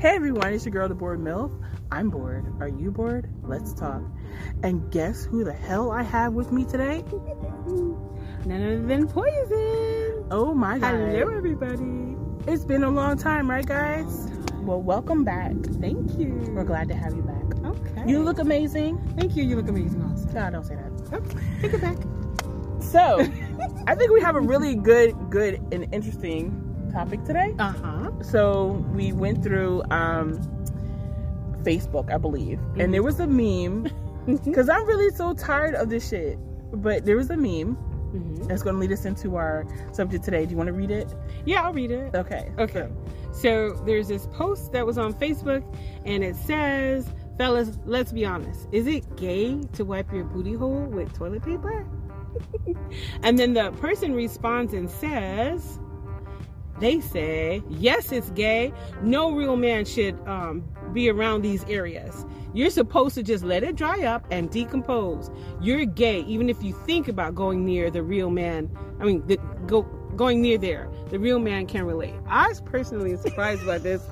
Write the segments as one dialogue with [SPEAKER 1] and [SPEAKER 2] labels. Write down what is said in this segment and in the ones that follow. [SPEAKER 1] Hey everyone, it's your girl, the bored MILF. I'm bored. Are you bored? Let's talk. And guess who the hell I have with me today?
[SPEAKER 2] None other than Poison.
[SPEAKER 1] Oh my god.
[SPEAKER 2] Hello, everybody.
[SPEAKER 1] It's been a long time, right, guys? Well, welcome back.
[SPEAKER 2] Thank you.
[SPEAKER 1] We're glad to have you back.
[SPEAKER 2] Okay.
[SPEAKER 1] You look amazing.
[SPEAKER 2] Thank you. You look amazing, also.
[SPEAKER 1] God, don't say that.
[SPEAKER 2] Okay. Take it back.
[SPEAKER 1] So, I think we have a really good, good, and interesting topic today.
[SPEAKER 2] Uh huh.
[SPEAKER 1] so we went through um Facebook, I believe, and there was a meme because I'm really so tired of this shit. But there was a meme
[SPEAKER 2] Mm-hmm.
[SPEAKER 1] that's going to lead us into our subject today. Do you want to read it?
[SPEAKER 2] Yeah, I'll read it.
[SPEAKER 1] Okay.
[SPEAKER 2] Okay. So there's this post that was on Facebook, and it says, "Fellas, let's be honest. Is it gay to wipe your booty hole with toilet paper?" and then the person responds and says, "They say yes, it's gay. No real man should um, be around these areas. You're supposed to just let it dry up and decompose. You're gay, even if you think about going near the real man. I mean, the, go." Going near there, the real man can relate. I was personally surprised by this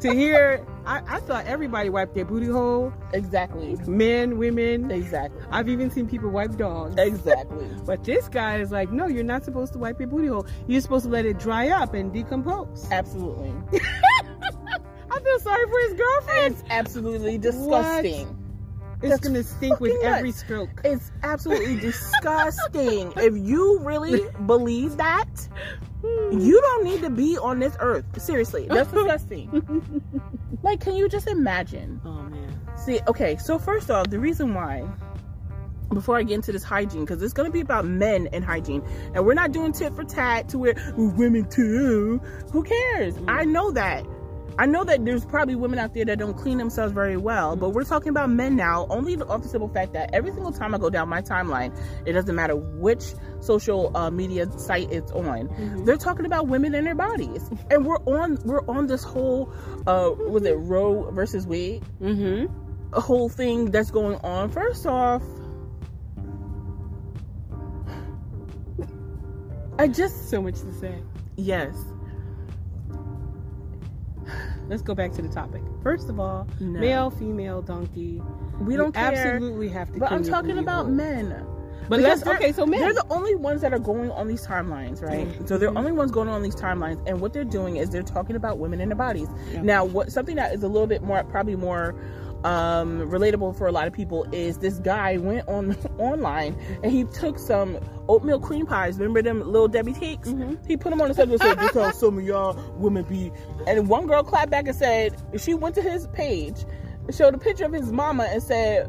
[SPEAKER 2] to hear. I, I thought everybody wiped their booty hole,
[SPEAKER 1] Exactly.
[SPEAKER 2] men, women.
[SPEAKER 1] Exactly.
[SPEAKER 2] I've even seen people wipe dogs.
[SPEAKER 1] Exactly.
[SPEAKER 2] But this guy is like, no, you're not supposed to wipe your booty hole. You're supposed to let it dry up and decompose.
[SPEAKER 1] Absolutely.
[SPEAKER 2] I feel sorry for his girlfriend.
[SPEAKER 1] It's absolutely disgusting.
[SPEAKER 2] It's gonna stink with
[SPEAKER 1] fucking
[SPEAKER 2] every
[SPEAKER 1] nuts.
[SPEAKER 2] stroke.
[SPEAKER 1] It's absolutely disgusting. If you really believe that,
[SPEAKER 2] Oh,
[SPEAKER 1] you don't need to be on this earth. Seriously, that's disgusting. like, can you just imagine?
[SPEAKER 2] Oh man.
[SPEAKER 1] See, okay, so first off, the reason why, before I get into this hygiene, because it's going to be about men and hygiene, and we're not doing tit for tat to where "Ooh, women too. Who cares? I know that. I know that there's probably women out there that don't clean themselves very well, but we're talking about men now, only the- off the simple fact that every single time I go down my timeline, it doesn't matter which social uh, media site it's on, they're talking about women and their bodies. and we're on we're on this whole uh was it Roe versus Wade
[SPEAKER 2] Mm-hmm.
[SPEAKER 1] whole thing that's going on. First off, I just
[SPEAKER 2] So much to say.
[SPEAKER 1] yes,
[SPEAKER 2] Let's go back to the topic. First of all,
[SPEAKER 1] No.
[SPEAKER 2] male, female, donkey.
[SPEAKER 1] we
[SPEAKER 2] You
[SPEAKER 1] don't care.
[SPEAKER 2] Absolutely have to.
[SPEAKER 1] But I'm
[SPEAKER 2] clean your
[SPEAKER 1] talking
[SPEAKER 2] booty
[SPEAKER 1] about
[SPEAKER 2] hole.
[SPEAKER 1] men.
[SPEAKER 2] But
[SPEAKER 1] Because
[SPEAKER 2] let's
[SPEAKER 1] they're-
[SPEAKER 2] okay. So
[SPEAKER 1] They're
[SPEAKER 2] men.
[SPEAKER 1] the only ones that are going on these timelines, right?
[SPEAKER 2] Mhm.
[SPEAKER 1] So they're only ones going on these timelines, and what they're doing is they're talking about women and their bodies.
[SPEAKER 2] Yeah.
[SPEAKER 1] Now, what something that is a little bit more, probably more um, relatable for a lot of people is this guy went on online and he took some oatmeal cream pies. Remember them little Debbie cakes?
[SPEAKER 2] Mhm.
[SPEAKER 1] He put them on the subject and said, "This how some of y'all women be." And one girl clapped back and said, "She went to his page, showed a picture of his mama, and said."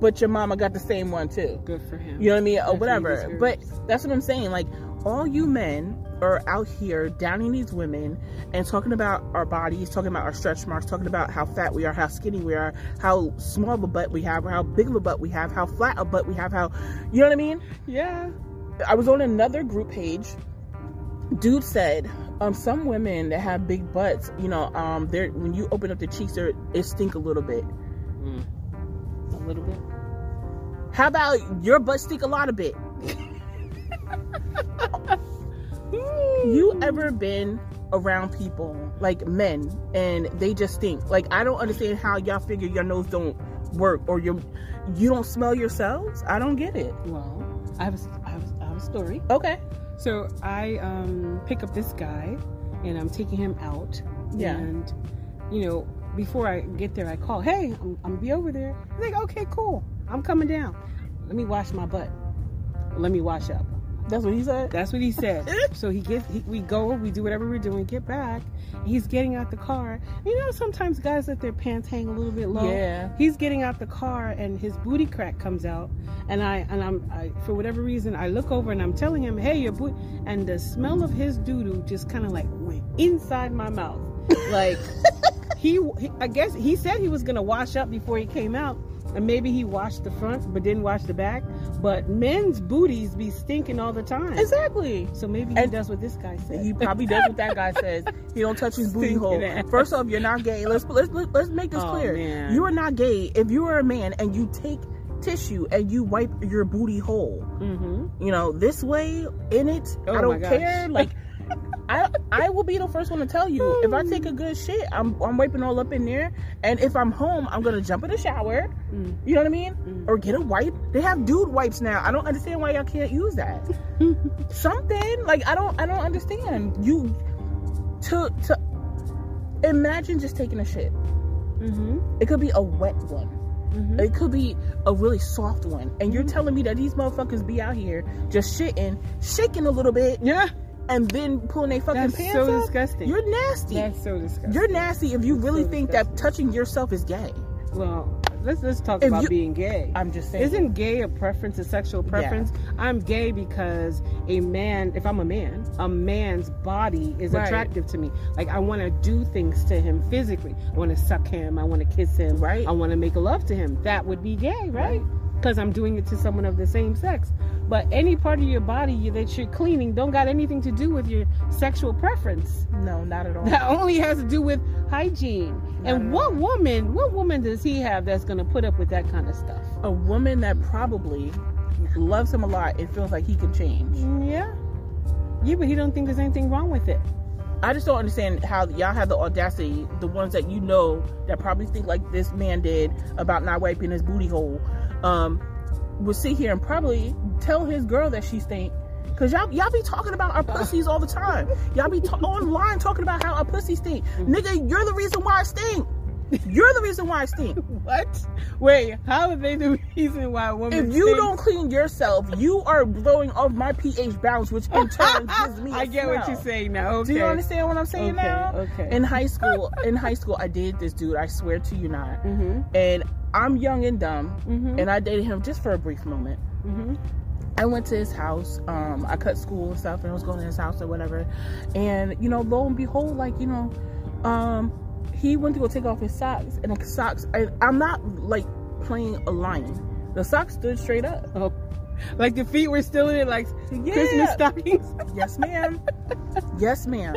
[SPEAKER 1] But your mama got the same one too.
[SPEAKER 2] Good for him.
[SPEAKER 1] You know what I mean? Or
[SPEAKER 2] That's what
[SPEAKER 1] whatever.
[SPEAKER 2] he
[SPEAKER 1] But
[SPEAKER 2] deserves.
[SPEAKER 1] that's what I'm saying. Like, all you men are out here downing these women and talking about our bodies, talking about our stretch marks, talking about how fat we are, how skinny we are, how small of a butt we have, or how big of a butt we have, how flat a butt we have, how, you know what I mean?
[SPEAKER 2] Yeah.
[SPEAKER 1] I was on another group page. Dude said, um, some women that have big butts, you know, um, they're when you open up the cheeks, they're, it stink a little bit.
[SPEAKER 2] A little bit.
[SPEAKER 1] How about your butt stink a lot of bit? You ever been around people like men and they just stink? Like I don't understand how y'all figure your nose don't work or your you don't smell yourselves. I don't get it.
[SPEAKER 2] Well, I have a, I have a, I have a story.
[SPEAKER 1] Okay.
[SPEAKER 2] So I um, pick up this guy, and I'm taking him out.
[SPEAKER 1] Yeah.
[SPEAKER 2] And you know, before I get there, I call, "Hey, I'm, I'm be over there." He's like, "Okay, cool. I'm coming down. Let me wash my butt. Let me wash up."
[SPEAKER 1] That's what he said.
[SPEAKER 2] That's what he said. so he gets, he, we go, we do whatever we're doing, get back. He's getting out the car. You know, sometimes guys let their pants hang a little bit low.
[SPEAKER 1] Yeah.
[SPEAKER 2] He's getting out the car, and his booty crack comes out, and I and I'm I, for whatever reason I look over and I'm telling him, "Hey, your boot," and the smell of his doo-doo just kind of like went inside my mouth. Like he, he, I guess he said he was gonna wash up before he came out. And maybe he washed the front but didn't wash the back. But men's booties be stinking all the time.
[SPEAKER 1] Exactly.
[SPEAKER 2] So maybe he
[SPEAKER 1] And-
[SPEAKER 2] does what this guy said.
[SPEAKER 1] He probably does what that guy says. He don't touch his booty
[SPEAKER 2] Stinking
[SPEAKER 1] hole.
[SPEAKER 2] ass.
[SPEAKER 1] First off, you're not gay. Let's let's let's let's make this
[SPEAKER 2] Oh,
[SPEAKER 1] clear.
[SPEAKER 2] man.
[SPEAKER 1] You are not gay if you are a man and you take tissue and you wipe your booty hole.
[SPEAKER 2] mm-hmm.
[SPEAKER 1] You know, this way in it.
[SPEAKER 2] Oh
[SPEAKER 1] I
[SPEAKER 2] my
[SPEAKER 1] don't
[SPEAKER 2] gosh.
[SPEAKER 1] care. Like I I will be the first one to tell you if I take a good shit, I'm I'm wiping all up in there, and if I'm home, I'm gonna jump in the shower.
[SPEAKER 2] Mm.
[SPEAKER 1] You know what I mean?
[SPEAKER 2] Mm.
[SPEAKER 1] Or get a wipe. They have dude wipes now. I don't understand why y'all can't use that. Something like I don't I don't understand you to to imagine just taking a shit.
[SPEAKER 2] Mm-hmm.
[SPEAKER 1] It could be a wet one.
[SPEAKER 2] Mm-hmm.
[SPEAKER 1] It could be a really soft one. And you're
[SPEAKER 2] Mhm.
[SPEAKER 1] telling me that these motherfuckers be out here just shitting, shaking a little bit,
[SPEAKER 2] Yeah.
[SPEAKER 1] and then pulling their fucking
[SPEAKER 2] That's
[SPEAKER 1] pants
[SPEAKER 2] so
[SPEAKER 1] up?
[SPEAKER 2] disgusting.
[SPEAKER 1] You're nasty.
[SPEAKER 2] That's so disgusting.
[SPEAKER 1] You're nasty if you really
[SPEAKER 2] so
[SPEAKER 1] think that touching yourself is gay.
[SPEAKER 2] well, let's let's talk
[SPEAKER 1] If
[SPEAKER 2] about
[SPEAKER 1] you-
[SPEAKER 2] being gay.
[SPEAKER 1] I'm just saying.
[SPEAKER 2] Isn't gay a preference, a sexual preference? I'm gay because a man, if I'm a man, a man's body is
[SPEAKER 1] Right.
[SPEAKER 2] attractive to me. Like I want to do things to him physically. I want to suck him. I want to kiss him.
[SPEAKER 1] Right.
[SPEAKER 2] I want to make love to him. That would be gay, right?
[SPEAKER 1] Right.
[SPEAKER 2] Because I'm doing it to someone of the same sex. But any part of your body you- that you're cleaning don't got anything to do with your sexual preference
[SPEAKER 1] no, not at all.
[SPEAKER 2] that only has to do with hygiene.
[SPEAKER 1] No,
[SPEAKER 2] And
[SPEAKER 1] no,
[SPEAKER 2] what woman, what woman does he have that's gonna put up with that kind of stuff?
[SPEAKER 1] A woman that probably loves him a lot and feels like he can change.
[SPEAKER 2] Yeah. Yeah, but he don't think there's anything wrong with it.
[SPEAKER 1] I just don't understand how y'all have the audacity, the ones that you know that probably think like this man did about not wiping his booty hole, um, will sit here and probably tell his girl that she stink. Cause y'all y'all be talking about our pussies all the time. Y'all be ta- online talking about how our pussy stink. Nigga, you're the reason why I stink. You're the reason why I stink.
[SPEAKER 2] What? Wait, how are they the reason why women?
[SPEAKER 1] If you don't clean yourself, you are blowing off my pH balance, which in turn gives me. a
[SPEAKER 2] I get what
[SPEAKER 1] smell.
[SPEAKER 2] you're saying now. Okay.
[SPEAKER 1] Do you understand what I'm saying
[SPEAKER 2] okay.
[SPEAKER 1] now?
[SPEAKER 2] Okay.
[SPEAKER 1] In high school, in high school, I dated this dude. I swear to you not.
[SPEAKER 2] mm-hmm.
[SPEAKER 1] And I'm young and dumb,
[SPEAKER 2] Mm-hmm.
[SPEAKER 1] and I dated him just for a brief moment.
[SPEAKER 2] mm-hmm.
[SPEAKER 1] I went to his house. Um, I cut school and stuff, and I was going to his house or whatever. And you know, lo and behold, like you know, um, he went to go take off his socks, and the socks. I, I'm not like playing a lion. The socks stood straight up.
[SPEAKER 2] Oh, like the feet were still in it, like
[SPEAKER 1] Yeah.
[SPEAKER 2] Christmas stockings.
[SPEAKER 1] Yes, ma'am. yes, ma'am.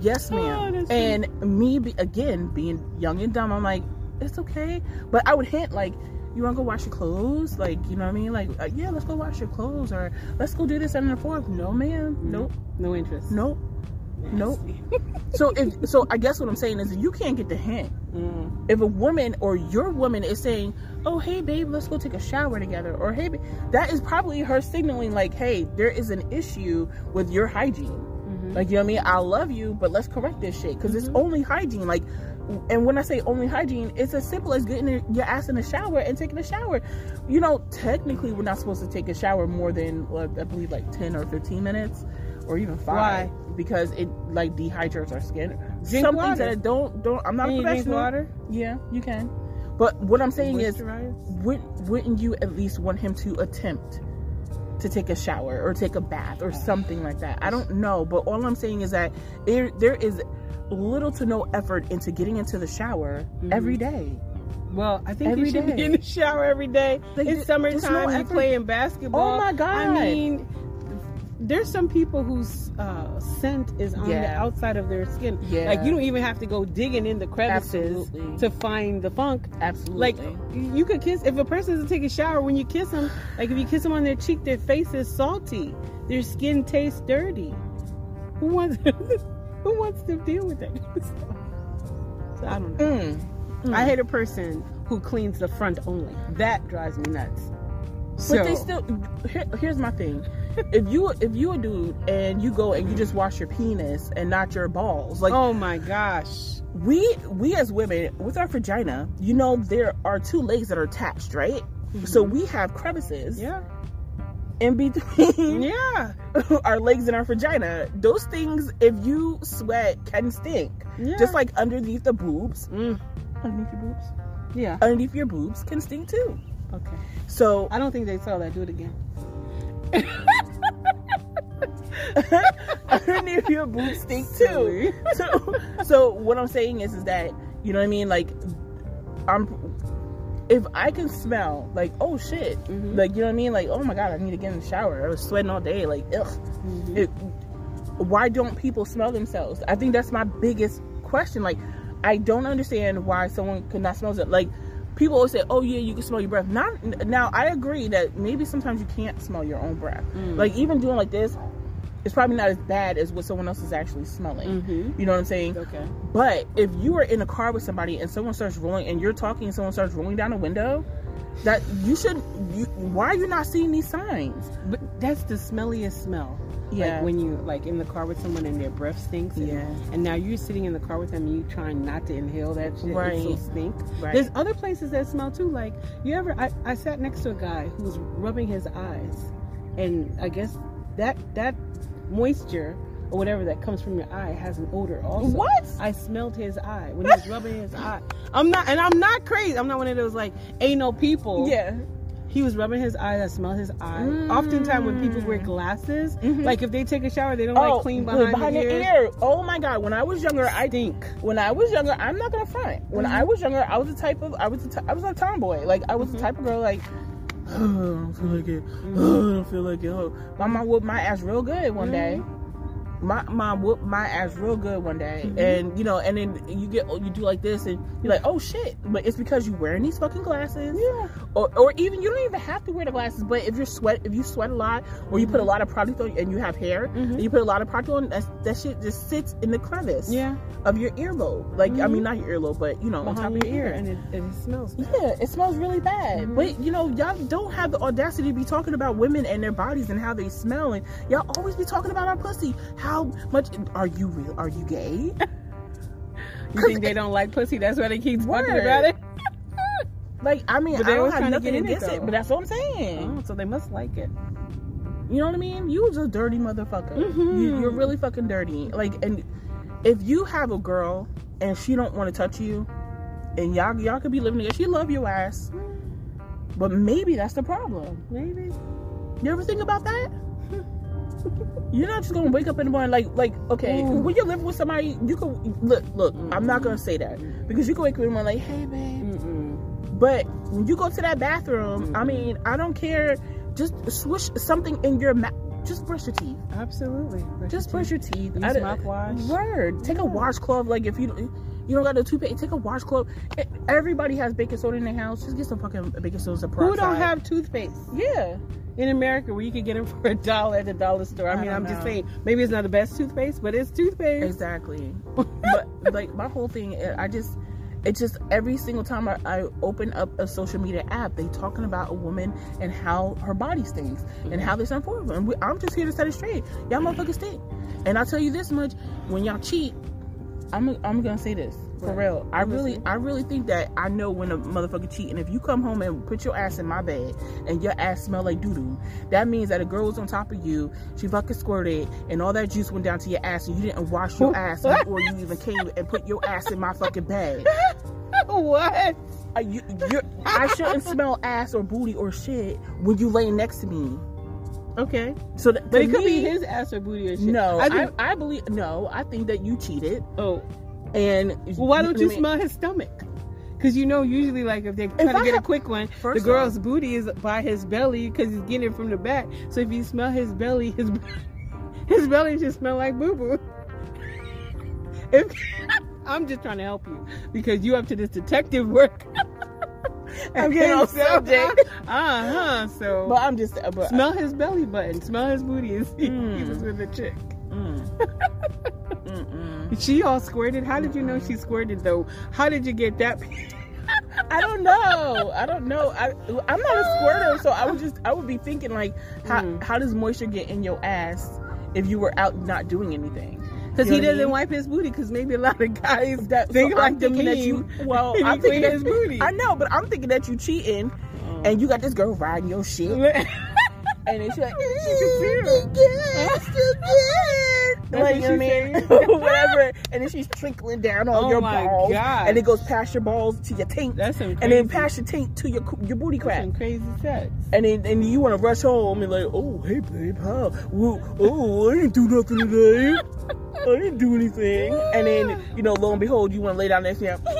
[SPEAKER 1] Yes,
[SPEAKER 2] Oh,
[SPEAKER 1] ma'am.
[SPEAKER 2] that's
[SPEAKER 1] and me be, again being young and dumb, I'm like, it's okay. But I would hint like, you wanna go wash your clothes? Like, you know what I mean? Like, uh, yeah, let's go wash your clothes, or let's go do this and the fourth. No, ma'am.
[SPEAKER 2] Mm.
[SPEAKER 1] Nope.
[SPEAKER 2] No interest.
[SPEAKER 1] Nope. Nope. So if so, I guess what I'm saying is you can't get the hint.
[SPEAKER 2] Mm.
[SPEAKER 1] If a woman or your woman is saying, "Oh, hey, babe, let's go take a shower together," or "Hey," ba-" that is probably her signaling like, "Hey, there is an issue with your hygiene."
[SPEAKER 2] Mm-hmm.
[SPEAKER 1] Like, you know what I mean? I love you, but let's correct this shit because it's
[SPEAKER 2] Mhm.
[SPEAKER 1] only hygiene. Like, and when I say only hygiene, it's as simple as getting your ass in the shower and taking a shower. You know, technically, we're not supposed to take a shower more than, what, I believe, like 10 or 15 minutes or even five.
[SPEAKER 2] Why?
[SPEAKER 1] Because it, like, dehydrates our skin.
[SPEAKER 2] Drink
[SPEAKER 1] Some
[SPEAKER 2] water.
[SPEAKER 1] things that I don't, don't, I'm not
[SPEAKER 2] Can
[SPEAKER 1] a
[SPEAKER 2] you drink
[SPEAKER 1] professional.
[SPEAKER 2] water?
[SPEAKER 1] Yeah, you can. But what I'm saying is,
[SPEAKER 2] Moisturize?
[SPEAKER 1] wouldn't, wouldn't you at least want him to attempt to take a shower or take a bath or something like that? I don't know, but all I'm saying is that there there is little to no effort into getting into the shower
[SPEAKER 2] Mhm.
[SPEAKER 1] every day.
[SPEAKER 2] Well, I think
[SPEAKER 1] Every
[SPEAKER 2] you should be
[SPEAKER 1] day.
[SPEAKER 2] in the shower every day.
[SPEAKER 1] Like,
[SPEAKER 2] it's
[SPEAKER 1] there- there's no
[SPEAKER 2] summertime. you
[SPEAKER 1] effort.
[SPEAKER 2] playing basketball.
[SPEAKER 1] Oh my God.
[SPEAKER 2] I mean, there's some people whose uh, scent is on the
[SPEAKER 1] Yeah.
[SPEAKER 2] outside of their skin.
[SPEAKER 1] Yeah.
[SPEAKER 2] Like you don't even have to go digging in the crevices
[SPEAKER 1] Absolutely.
[SPEAKER 2] to find the funk.
[SPEAKER 1] Absolutely.
[SPEAKER 2] Like you could kiss if a person doesn't take a shower when you kiss them. Like if you kiss them on their cheek, their face is salty. Their skin tastes dirty. Who wants? who wants to deal with that? kind of stuff? So I don't know.
[SPEAKER 1] Mm.
[SPEAKER 2] I hate a person who cleans the front only. That drives me nuts. So,
[SPEAKER 1] But they still. Here, here's my thing: if you if you a dude and you go and you just wash your penis and not your balls, like
[SPEAKER 2] oh my gosh.
[SPEAKER 1] we we as women with our vagina, you know there are two legs that are attached, right? So we have crevices
[SPEAKER 2] Mm-hmm. Yeah.
[SPEAKER 1] in between
[SPEAKER 2] Yeah.
[SPEAKER 1] our legs and our vagina. Those things, if you sweat, can stink.
[SPEAKER 2] Yeah.
[SPEAKER 1] Just like underneath the boobs,
[SPEAKER 2] Mm.
[SPEAKER 1] underneath your boobs,
[SPEAKER 2] Yeah.
[SPEAKER 1] underneath your boobs can stink too.
[SPEAKER 2] Okay.
[SPEAKER 1] So
[SPEAKER 2] I don't think they saw that. Do it again.
[SPEAKER 1] underneath your boobs stink too.
[SPEAKER 2] Silly.
[SPEAKER 1] So, so what I'm saying is, is that you know what I mean? Like, I'm. If I can smell like oh shit,
[SPEAKER 2] Mhm.
[SPEAKER 1] like you know what I mean, like oh my god, I need to get in the shower. I was sweating all day, like ugh.
[SPEAKER 2] Mhm.
[SPEAKER 1] it, why don't people smell themselves? I think that's my biggest question. Like, I don't understand why someone could not smell it. Like, people always say, "Oh yeah, you can smell your breath." Not now. I agree that maybe sometimes you can't smell your own breath.
[SPEAKER 2] Mm.
[SPEAKER 1] Like even doing like this, it's probably not as bad as what someone else is actually smelling.
[SPEAKER 2] Mm-hmm.
[SPEAKER 1] You know what I'm saying?
[SPEAKER 2] Okay.
[SPEAKER 1] But if you are in a car with somebody and someone starts rolling and you're talking and someone starts rolling down a window, that you should. You, why are you not seeing these signs?
[SPEAKER 2] But that's the smelliest smell. Like when you like in the car with someone and their breath stinks. And,
[SPEAKER 1] yeah.
[SPEAKER 2] And now you're sitting in the car with them and you trying not to inhale that shit. It's so
[SPEAKER 1] Right.
[SPEAKER 2] stink.
[SPEAKER 1] Right.
[SPEAKER 2] There's other places that smell too. Like you ever I, I sat next to a guy who was rubbing his eyes and I guess that that moisture or whatever that comes from your eye has an odor also.
[SPEAKER 1] what?
[SPEAKER 2] I smelled his eye when he was rubbing his eye. I'm not, and I'm not crazy. I'm not one of those like ain't no people.
[SPEAKER 1] Yeah.
[SPEAKER 2] He was rubbing his eye. I smelled his eye.
[SPEAKER 1] Mm.
[SPEAKER 2] Oftentimes when people wear glasses,
[SPEAKER 1] Mhm.
[SPEAKER 2] like if they take a shower, they don't like clean
[SPEAKER 1] good,
[SPEAKER 2] behind, the
[SPEAKER 1] Oh, the
[SPEAKER 2] ears.
[SPEAKER 1] ear. Oh my god! When I was younger, I
[SPEAKER 2] Stink.
[SPEAKER 1] when I was younger, I'm not gonna front. When
[SPEAKER 2] Mhm.
[SPEAKER 1] I was younger, I was the type of I was the t- I was a tomboy. Like I was
[SPEAKER 2] Mhm.
[SPEAKER 1] the type of girl like. "Ugh, I don't feel like it.
[SPEAKER 2] Mm-hmm.
[SPEAKER 1] Ugh, I don't feel like it. Oh. My mom whooped my ass real good one day.
[SPEAKER 2] Mm-hmm.
[SPEAKER 1] My mom whooped my ass real good one day,
[SPEAKER 2] Mhm.
[SPEAKER 1] and you know, and then you get you do like this, and you're like, oh shit! But it's because you're wearing these fucking glasses,
[SPEAKER 2] Yeah.
[SPEAKER 1] or, or even you don't even have to wear the glasses. But if you're sweat, if you sweat a lot, or you
[SPEAKER 2] Mm-hmm.
[SPEAKER 1] put a lot of product on, and you have hair, and
[SPEAKER 2] Mhm.
[SPEAKER 1] you put a lot of product on, that that shit just sits in the crevice
[SPEAKER 2] Yeah.
[SPEAKER 1] of your earlobe. Like I
[SPEAKER 2] Mhm.
[SPEAKER 1] mean, not your earlobe, but you know, on top
[SPEAKER 2] Behind
[SPEAKER 1] of your ear.
[SPEAKER 2] and it, and it smells. bad.
[SPEAKER 1] yeah, it smells really bad.
[SPEAKER 2] Mhm.
[SPEAKER 1] But you know, y'all don't have the audacity to be talking about women and their bodies and how they smell, and y'all always be talking about our pussy. How much are you real? Are you gay?
[SPEAKER 2] You think they don't like pussy? That's why they keep talking
[SPEAKER 1] Word.
[SPEAKER 2] about it.
[SPEAKER 1] Like I mean,
[SPEAKER 2] But they
[SPEAKER 1] I don't
[SPEAKER 2] always
[SPEAKER 1] have
[SPEAKER 2] trying to
[SPEAKER 1] nothing
[SPEAKER 2] get in it,
[SPEAKER 1] against it,
[SPEAKER 2] though.
[SPEAKER 1] but that's what I'm saying.
[SPEAKER 2] Oh, so they must like it.
[SPEAKER 1] You know what I mean? You was a dirty motherfucker.
[SPEAKER 2] Mhm.
[SPEAKER 1] You, you're really fucking dirty. Like, and if you have a girl and she don't want to touch you, and y'all y'all could be living together, she love your ass, but maybe that's the problem.
[SPEAKER 2] Maybe.
[SPEAKER 1] You ever think about that? You're not just gonna wake up in the morning like like okay
[SPEAKER 2] Ooh.
[SPEAKER 1] when you're living with somebody you could look look I'm not gonna say that because you can wake up in the morning like hey babe
[SPEAKER 2] Mm. Mm-mm.
[SPEAKER 1] but when you go to that bathroom I mean I don't care just swish something in your mouth just brush your teeth
[SPEAKER 2] Absolutely.
[SPEAKER 1] just brush your teeth.
[SPEAKER 2] Use
[SPEAKER 1] I don't-
[SPEAKER 2] mouthwash.
[SPEAKER 1] Word. Take a
[SPEAKER 2] Yeah.
[SPEAKER 1] washcloth. Like if you you don't got no toothpaste, take a washcloth. E- Everybody has baking soda in their house. Just get some fucking baking soda.
[SPEAKER 2] Who
[SPEAKER 1] peroxide.
[SPEAKER 2] don't have toothpaste?
[SPEAKER 1] Yeah.
[SPEAKER 2] in America where you could get them for a dollar at the dollar store. I,
[SPEAKER 1] I
[SPEAKER 2] mean,
[SPEAKER 1] don't
[SPEAKER 2] I'm just
[SPEAKER 1] know.
[SPEAKER 2] saying, maybe it's not the best toothpaste, but it's toothpaste.
[SPEAKER 1] Exactly. but like my whole thing, I just. It's just every single time I, I open up a social media app, they talking about a woman and how her body stinks and how this unfortunate. And we, I'm just here to set it straight. Y'all motherfuckers stink. And I tell you this much: when y'all cheat, I'm I'm gonna say this for
[SPEAKER 2] Right.
[SPEAKER 1] real. I
[SPEAKER 2] I'm
[SPEAKER 1] really
[SPEAKER 2] listening.
[SPEAKER 1] I really think that I know when a motherfucker cheat. And if you come home and put your ass in my bed and your ass smell like doo doo, that means that a girl was on top of you. She fucking squirted and all that juice went down to your ass and you didn't wash your ass before you even came and put your ass in my fucking bed.
[SPEAKER 2] what?
[SPEAKER 1] Uh, you, you're, I shouldn't smell ass or booty or shit when you lay next to me.
[SPEAKER 2] Okay.
[SPEAKER 1] So that,
[SPEAKER 2] But
[SPEAKER 1] to
[SPEAKER 2] it could be
[SPEAKER 1] me,
[SPEAKER 2] his ass or booty or shit.
[SPEAKER 1] No,
[SPEAKER 2] I think,
[SPEAKER 1] I, I believe no. I think that you cheated,
[SPEAKER 2] oh,
[SPEAKER 1] and
[SPEAKER 2] well, why don't you
[SPEAKER 1] I mean,
[SPEAKER 2] smell his stomach? Because you know, usually, like, if they're trying to
[SPEAKER 1] I
[SPEAKER 2] get a
[SPEAKER 1] have-
[SPEAKER 2] quick one, the
[SPEAKER 1] First
[SPEAKER 2] girl's booty is by his belly because he's getting it from the back. So if you smell his belly, his his belly just smell like boo boo. If I'm just trying to help you because you up to this detective work.
[SPEAKER 1] I'm getting off subject.
[SPEAKER 2] Uh huh. So
[SPEAKER 1] But I'm just uh, but
[SPEAKER 2] smell his belly button, smell his booty, and see if he
[SPEAKER 1] Mm.
[SPEAKER 2] was with a chick.
[SPEAKER 1] Mm. Mm-mm.
[SPEAKER 2] She all squirted. How did you know she squirted though? How did you get that?
[SPEAKER 1] I don't know. I don't know. I, I'm not a squirter, so I would just I would be thinking like, how
[SPEAKER 2] Mm.
[SPEAKER 1] how does moisture get in your ass if you were out not doing anything?
[SPEAKER 2] Because he
[SPEAKER 1] You know what I
[SPEAKER 2] doesn't
[SPEAKER 1] mean?
[SPEAKER 2] wipe his booty. Because maybe a lot of guys
[SPEAKER 1] That,
[SPEAKER 2] think
[SPEAKER 1] so
[SPEAKER 2] like
[SPEAKER 1] I'm thinking
[SPEAKER 2] the
[SPEAKER 1] that you.
[SPEAKER 2] meme.
[SPEAKER 1] Well,
[SPEAKER 2] He
[SPEAKER 1] I'm thinking
[SPEAKER 2] clean
[SPEAKER 1] that
[SPEAKER 2] his booty.
[SPEAKER 1] I know, but I'm thinking that you cheating, and you got this girl riding your shit, and it's like,
[SPEAKER 2] She
[SPEAKER 1] "Ooh, it's good, it's good."
[SPEAKER 2] That's
[SPEAKER 1] Like,
[SPEAKER 2] what
[SPEAKER 1] you know
[SPEAKER 2] she
[SPEAKER 1] what I mean?
[SPEAKER 2] said.
[SPEAKER 1] whatever. And then she's trickling down all
[SPEAKER 2] Oh
[SPEAKER 1] your
[SPEAKER 2] my
[SPEAKER 1] balls,
[SPEAKER 2] God.
[SPEAKER 1] and it goes past your balls to your taint,
[SPEAKER 2] That's some crazy,
[SPEAKER 1] and then pass your taint to your your booty crack.
[SPEAKER 2] some crazy sex.
[SPEAKER 1] And then and you want to rush home and like, oh hey babe, how? Woo, oh I didn't do nothing today. I didn't do anything. And then you know, lo and behold, you want to lay down next to him.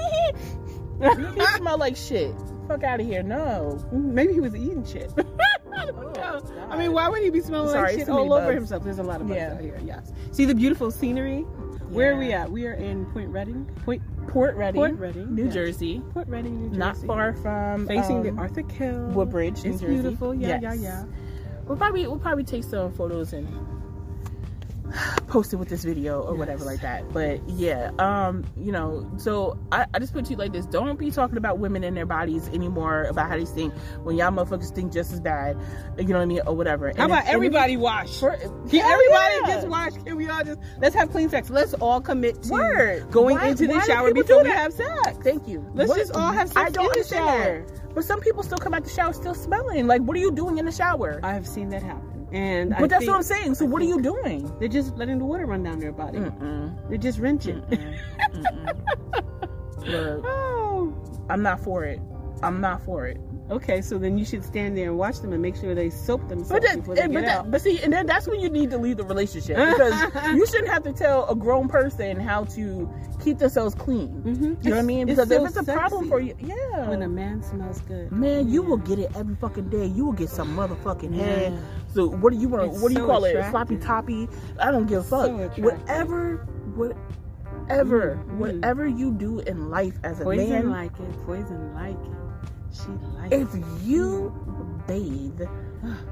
[SPEAKER 1] You smell like shit. Fuck out of here. No.
[SPEAKER 2] mm, Maybe he was eating shit.
[SPEAKER 1] God.
[SPEAKER 2] I mean, why would he be smelling
[SPEAKER 1] Oh, Sorry,
[SPEAKER 2] like
[SPEAKER 1] it's
[SPEAKER 2] shit
[SPEAKER 1] too many
[SPEAKER 2] all over
[SPEAKER 1] bugs.
[SPEAKER 2] himself? There's a lot of bugs
[SPEAKER 1] Yeah.
[SPEAKER 2] out here. Yes. See the beautiful scenery. Where are we
[SPEAKER 1] Yeah.
[SPEAKER 2] at? We are in Point Redding. Point
[SPEAKER 1] Port Reading,
[SPEAKER 2] Port Reading,
[SPEAKER 1] New
[SPEAKER 2] yes.
[SPEAKER 1] Jersey,
[SPEAKER 2] Port Reading, New Jersey.
[SPEAKER 1] not far from
[SPEAKER 2] Facing
[SPEAKER 1] um,
[SPEAKER 2] the Arthur Kill.
[SPEAKER 1] Woodbridge, New
[SPEAKER 2] It's
[SPEAKER 1] Jersey.
[SPEAKER 2] beautiful. Yeah,
[SPEAKER 1] Yes.
[SPEAKER 2] yeah, yeah.
[SPEAKER 1] We'll probably we'll probably take some photos and posted with this video or whatever
[SPEAKER 2] Yes.
[SPEAKER 1] like that. But yeah, um, you know, so I, I just put to you like this: don't be talking about women and their bodies anymore about how they stink when y'all motherfuckers stink just as bad. You know what I mean or whatever. And
[SPEAKER 2] How about
[SPEAKER 1] if- and if-
[SPEAKER 2] everybody wash?
[SPEAKER 1] For-
[SPEAKER 2] Can
[SPEAKER 1] Hell
[SPEAKER 2] everybody
[SPEAKER 1] yeah.
[SPEAKER 2] just wash? Can we all just let's have clean sex? Let's all commit to
[SPEAKER 1] Word.
[SPEAKER 2] going
[SPEAKER 1] Why-
[SPEAKER 2] into the
[SPEAKER 1] why do
[SPEAKER 2] shower
[SPEAKER 1] people
[SPEAKER 2] before
[SPEAKER 1] do
[SPEAKER 2] we
[SPEAKER 1] that?
[SPEAKER 2] have sex.
[SPEAKER 1] Thank you.
[SPEAKER 2] Let's just all have sex
[SPEAKER 1] I
[SPEAKER 2] in
[SPEAKER 1] don't
[SPEAKER 2] the
[SPEAKER 1] understand
[SPEAKER 2] shower.
[SPEAKER 1] that. But some people still come out the shower still smelling. Like, what are you doing in the shower?
[SPEAKER 2] I have seen that happen, and I
[SPEAKER 1] but that's
[SPEAKER 2] think
[SPEAKER 1] what I'm saying. So
[SPEAKER 2] I
[SPEAKER 1] what are
[SPEAKER 2] think-
[SPEAKER 1] you doing?
[SPEAKER 2] They're just letting the water run down their body.
[SPEAKER 1] Mm-mm.
[SPEAKER 2] They're just wrenching.
[SPEAKER 1] Mm. Mm-mm. Mm-mm. Look,
[SPEAKER 2] Oh.
[SPEAKER 1] I'm not for it. I'm not for it.
[SPEAKER 2] Okay, so then you should stand there and watch them and make sure they soak themselves
[SPEAKER 1] But, then,
[SPEAKER 2] before they
[SPEAKER 1] and-
[SPEAKER 2] get
[SPEAKER 1] but,
[SPEAKER 2] out.
[SPEAKER 1] that, but see, and then that's when you need to leave the relationship because you shouldn't have to tell a grown person how to keep themselves clean.
[SPEAKER 2] Mm-hmm.
[SPEAKER 1] You know what I mean? Because if it's a problem for you, yeah.
[SPEAKER 2] when a man smells good,
[SPEAKER 1] Man, you will get it every fucking day. You will get some motherfucking head.
[SPEAKER 2] Yeah.
[SPEAKER 1] So what do you want?
[SPEAKER 2] It's
[SPEAKER 1] What do you
[SPEAKER 2] so
[SPEAKER 1] call it?
[SPEAKER 2] attractive.
[SPEAKER 1] Sloppy toppy? I don't give a fuck.
[SPEAKER 2] So attractive.
[SPEAKER 1] whatever, whatever,
[SPEAKER 2] Mm, mm.
[SPEAKER 1] whatever you do in life as a
[SPEAKER 2] Poison
[SPEAKER 1] man,
[SPEAKER 2] like it. Poison like it. She like
[SPEAKER 1] if
[SPEAKER 2] it.
[SPEAKER 1] you bathe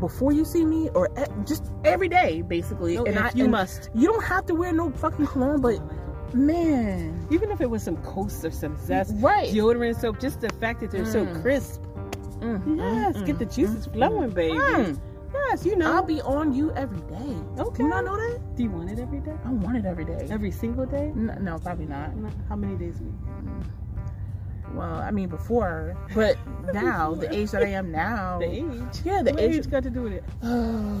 [SPEAKER 1] before you see me, or e- just every day, basically,
[SPEAKER 2] No,
[SPEAKER 1] and
[SPEAKER 2] if
[SPEAKER 1] I,
[SPEAKER 2] you
[SPEAKER 1] and
[SPEAKER 2] must.
[SPEAKER 1] you don't have to wear no fucking cologne, but man,
[SPEAKER 2] Even if it was some coast or some zest,
[SPEAKER 1] right?
[SPEAKER 2] deodorant soap, just the fact that they're so
[SPEAKER 1] Mm.
[SPEAKER 2] crisp.
[SPEAKER 1] Mm,
[SPEAKER 2] Yes,
[SPEAKER 1] mm,
[SPEAKER 2] get the juices
[SPEAKER 1] mm,
[SPEAKER 2] flowing, baby.
[SPEAKER 1] mm.
[SPEAKER 2] Yes, you know.
[SPEAKER 1] I'll be on you every day.
[SPEAKER 2] okay.
[SPEAKER 1] Do you not know that?
[SPEAKER 2] Do you want it every day?
[SPEAKER 1] I want it every day.
[SPEAKER 2] Every single day?
[SPEAKER 1] N- No, probably not.
[SPEAKER 2] Not- How many days a week?
[SPEAKER 1] Well, I mean before, but now the age that I am now,
[SPEAKER 2] The age.
[SPEAKER 1] yeah, Oh. the
[SPEAKER 2] what
[SPEAKER 1] age.
[SPEAKER 2] age got to do with it?
[SPEAKER 1] Oh, I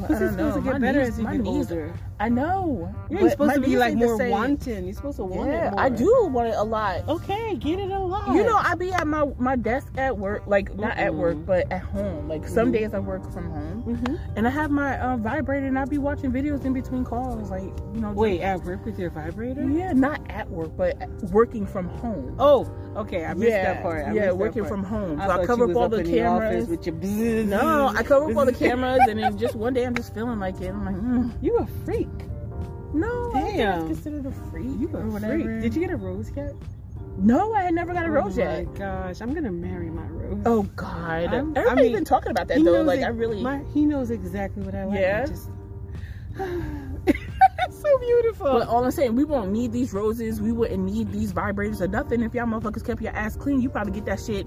[SPEAKER 2] Because it's
[SPEAKER 1] don't know.
[SPEAKER 2] supposed to
[SPEAKER 1] my
[SPEAKER 2] get better
[SPEAKER 1] knees,
[SPEAKER 2] as you
[SPEAKER 1] my
[SPEAKER 2] get
[SPEAKER 1] knees-
[SPEAKER 2] older.
[SPEAKER 1] I know.
[SPEAKER 2] Yeah,
[SPEAKER 1] but
[SPEAKER 2] you're supposed
[SPEAKER 1] my
[SPEAKER 2] to be
[SPEAKER 1] knees
[SPEAKER 2] like
[SPEAKER 1] ain't the
[SPEAKER 2] more
[SPEAKER 1] same.
[SPEAKER 2] wanton. You're supposed to want
[SPEAKER 1] Yeah,
[SPEAKER 2] it more.
[SPEAKER 1] I do want it a lot.
[SPEAKER 2] Okay, get it a lot.
[SPEAKER 1] You know, I be at my my desk at work, like not at work,
[SPEAKER 2] Mm-mm.
[SPEAKER 1] but at home. Like some
[SPEAKER 2] Mhm.
[SPEAKER 1] days I work from home,
[SPEAKER 2] hmm
[SPEAKER 1] and I have my uh, vibrator, and I be watching videos in between calls, like you know.
[SPEAKER 2] Wait, at work with your vibrator?
[SPEAKER 1] Yeah, not at work, but at- working from home.
[SPEAKER 2] Oh, okay. I missed
[SPEAKER 1] yeah,
[SPEAKER 2] that part. I missed
[SPEAKER 1] yeah,
[SPEAKER 2] that
[SPEAKER 1] working
[SPEAKER 2] part.
[SPEAKER 1] from home. So
[SPEAKER 2] thought
[SPEAKER 1] I,
[SPEAKER 2] you
[SPEAKER 1] cover up
[SPEAKER 2] was
[SPEAKER 1] all the
[SPEAKER 2] in
[SPEAKER 1] cameras.
[SPEAKER 2] office with your bzzz.
[SPEAKER 1] no, I cover up all the cameras, and then just one day I'm just feeling like it. I'm like, mm,
[SPEAKER 2] You a freak.
[SPEAKER 1] no, I don't think
[SPEAKER 2] Damn.
[SPEAKER 1] it's considered a freak.
[SPEAKER 2] You
[SPEAKER 1] or
[SPEAKER 2] a
[SPEAKER 1] whatever.
[SPEAKER 2] freak. Did you get a rose yet?
[SPEAKER 1] No, I had never got a rose
[SPEAKER 2] Oh
[SPEAKER 1] yet.
[SPEAKER 2] my gosh, I'm gonna marry my rose.
[SPEAKER 1] Oh God,
[SPEAKER 2] I'm- I
[SPEAKER 1] everybody's
[SPEAKER 2] mean,
[SPEAKER 1] been talking about that
[SPEAKER 2] He
[SPEAKER 1] though.
[SPEAKER 2] knows
[SPEAKER 1] Like
[SPEAKER 2] ex-
[SPEAKER 1] I really,
[SPEAKER 2] my, he knows exactly what I like.
[SPEAKER 1] Yeah?
[SPEAKER 2] I Just, it's so beautiful.
[SPEAKER 1] but all I'm saying, we won't need these roses. We wouldn't need these vibrators or nothing if y'all motherfuckers kept your ass clean. You probably get that shit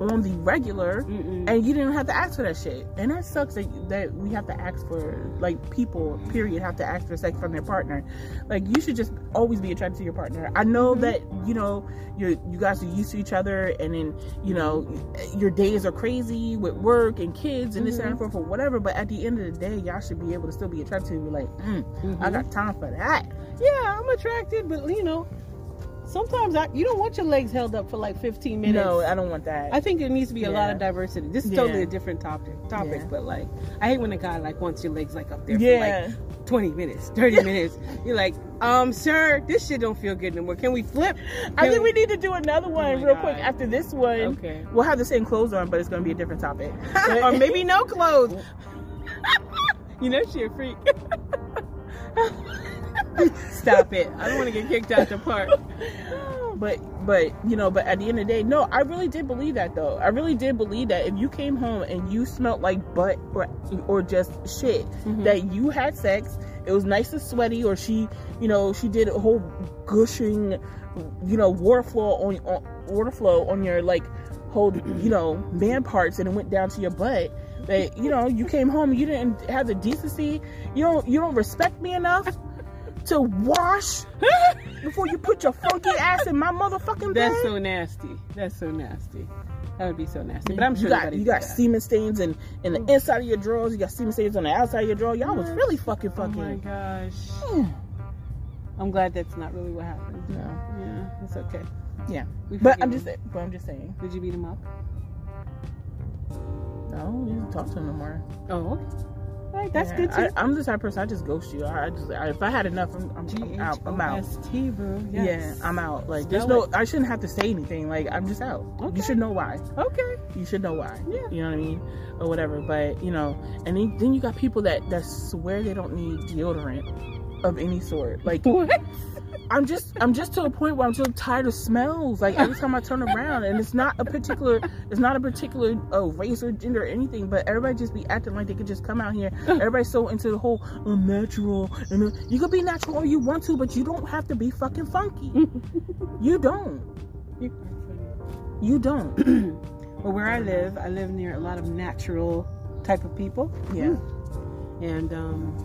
[SPEAKER 1] on the regular.
[SPEAKER 2] Mm-mm.
[SPEAKER 1] and you didn't have to ask for that shit. And that sucks that, that we have to ask for like people, period, have to ask for sex from their partner. Like you should just always be attracted to your partner. I know
[SPEAKER 2] Mhm.
[SPEAKER 1] that you know you you guys are used to each other, and then you know your days are crazy with work and kids and this and that
[SPEAKER 2] Mhm.
[SPEAKER 1] forth or whatever. But at the end of the day, y'all should be able to still be attracted to. you like, mm,
[SPEAKER 2] Mhm.
[SPEAKER 1] I got time for that.
[SPEAKER 2] Yeah, I'm attracted, but you know, sometimes I you don't want your legs held up for like 15 minutes.
[SPEAKER 1] No, I don't want that.
[SPEAKER 2] I think there needs to be a lot
[SPEAKER 1] Yeah.
[SPEAKER 2] of diversity. This is
[SPEAKER 1] Yeah.
[SPEAKER 2] totally a different topic. Topic,
[SPEAKER 1] Yeah.
[SPEAKER 2] but like, I hate when a guy like wants your legs like up there
[SPEAKER 1] yeah,
[SPEAKER 2] for like 20 minutes, 30
[SPEAKER 1] Yeah.
[SPEAKER 2] minutes. You're like, um, sir, this shit don't feel good no more. Can we flip?
[SPEAKER 1] I
[SPEAKER 2] Can
[SPEAKER 1] think we need to do another one
[SPEAKER 2] Oh my
[SPEAKER 1] real
[SPEAKER 2] God.
[SPEAKER 1] quick after this one.
[SPEAKER 2] Okay.
[SPEAKER 1] We'll have the same clothes on, but it's gonna be a different topic. But-
[SPEAKER 2] or maybe no clothes. you know she a freak. Stop it! I don't want to get kicked out the park.
[SPEAKER 1] But but you know, but at the end of the day, no, I really did believe that though. I really did believe that if you came home and you smelled like butt or or just shit, that you had sex, it was nice and sweaty, or she, you know, she did a whole gushing, you know, water flow on, on water flow on your like whole, you know, man parts, and it went down to your butt. That you know, you came home, you didn't have the decency, you don't you don't respect me enough to wash before you put your funky ass in my motherfucking bed.
[SPEAKER 2] That's so nasty. That's so nasty. That would be so nasty. But I'm sure
[SPEAKER 1] you got
[SPEAKER 2] everybody
[SPEAKER 1] you
[SPEAKER 2] does
[SPEAKER 1] got
[SPEAKER 2] that.
[SPEAKER 1] semen stains in, in the inside of your drawers. You got semen stains on the outside of your drawer. Y'all was really fucking
[SPEAKER 2] Oh my
[SPEAKER 1] fucking.
[SPEAKER 2] gosh.
[SPEAKER 1] Mm.
[SPEAKER 2] I'm glad that's not really what happened.
[SPEAKER 1] No.
[SPEAKER 2] Yeah, it's okay.
[SPEAKER 1] Yeah.
[SPEAKER 2] We
[SPEAKER 1] But I'm
[SPEAKER 2] forgive
[SPEAKER 1] just,
[SPEAKER 2] him.
[SPEAKER 1] but I'm just saying.
[SPEAKER 2] Did you beat him up?
[SPEAKER 1] No, you don't talk to him no more.
[SPEAKER 2] Oh. okay. All right, that's
[SPEAKER 1] Yeah,
[SPEAKER 2] good too.
[SPEAKER 1] I, I'm the type of person I just ghost you. I, I just, I, if I had enough, I'm, I'm, I'm out. I'm out.
[SPEAKER 2] G-H-O-S-T, bro. Yes.
[SPEAKER 1] Yeah, I'm out. Like, there's
[SPEAKER 2] Spell
[SPEAKER 1] no, I shouldn't have to say anything. Like, I'm just out.
[SPEAKER 2] Okay.
[SPEAKER 1] You should know why.
[SPEAKER 2] Okay.
[SPEAKER 1] You should know why.
[SPEAKER 2] Yeah.
[SPEAKER 1] You know what I mean, or whatever. But you know, and then, then you got people that that swear they don't need deodorant of any sort. Like
[SPEAKER 2] What?
[SPEAKER 1] I'm just I'm just to a point where I'm so tired of smells. Like every time I turn around, and it's not a particular it's not a particular uh, race or gender or anything, but everybody just be acting like they could just come out here. Everybody's so into the whole uh, natural, and uh, you could be natural all you want to, but you don't have to be fucking funky. You don't. You don't.
[SPEAKER 2] Well, where I live, I live near a lot of natural type of people,
[SPEAKER 1] Yeah.
[SPEAKER 2] and um,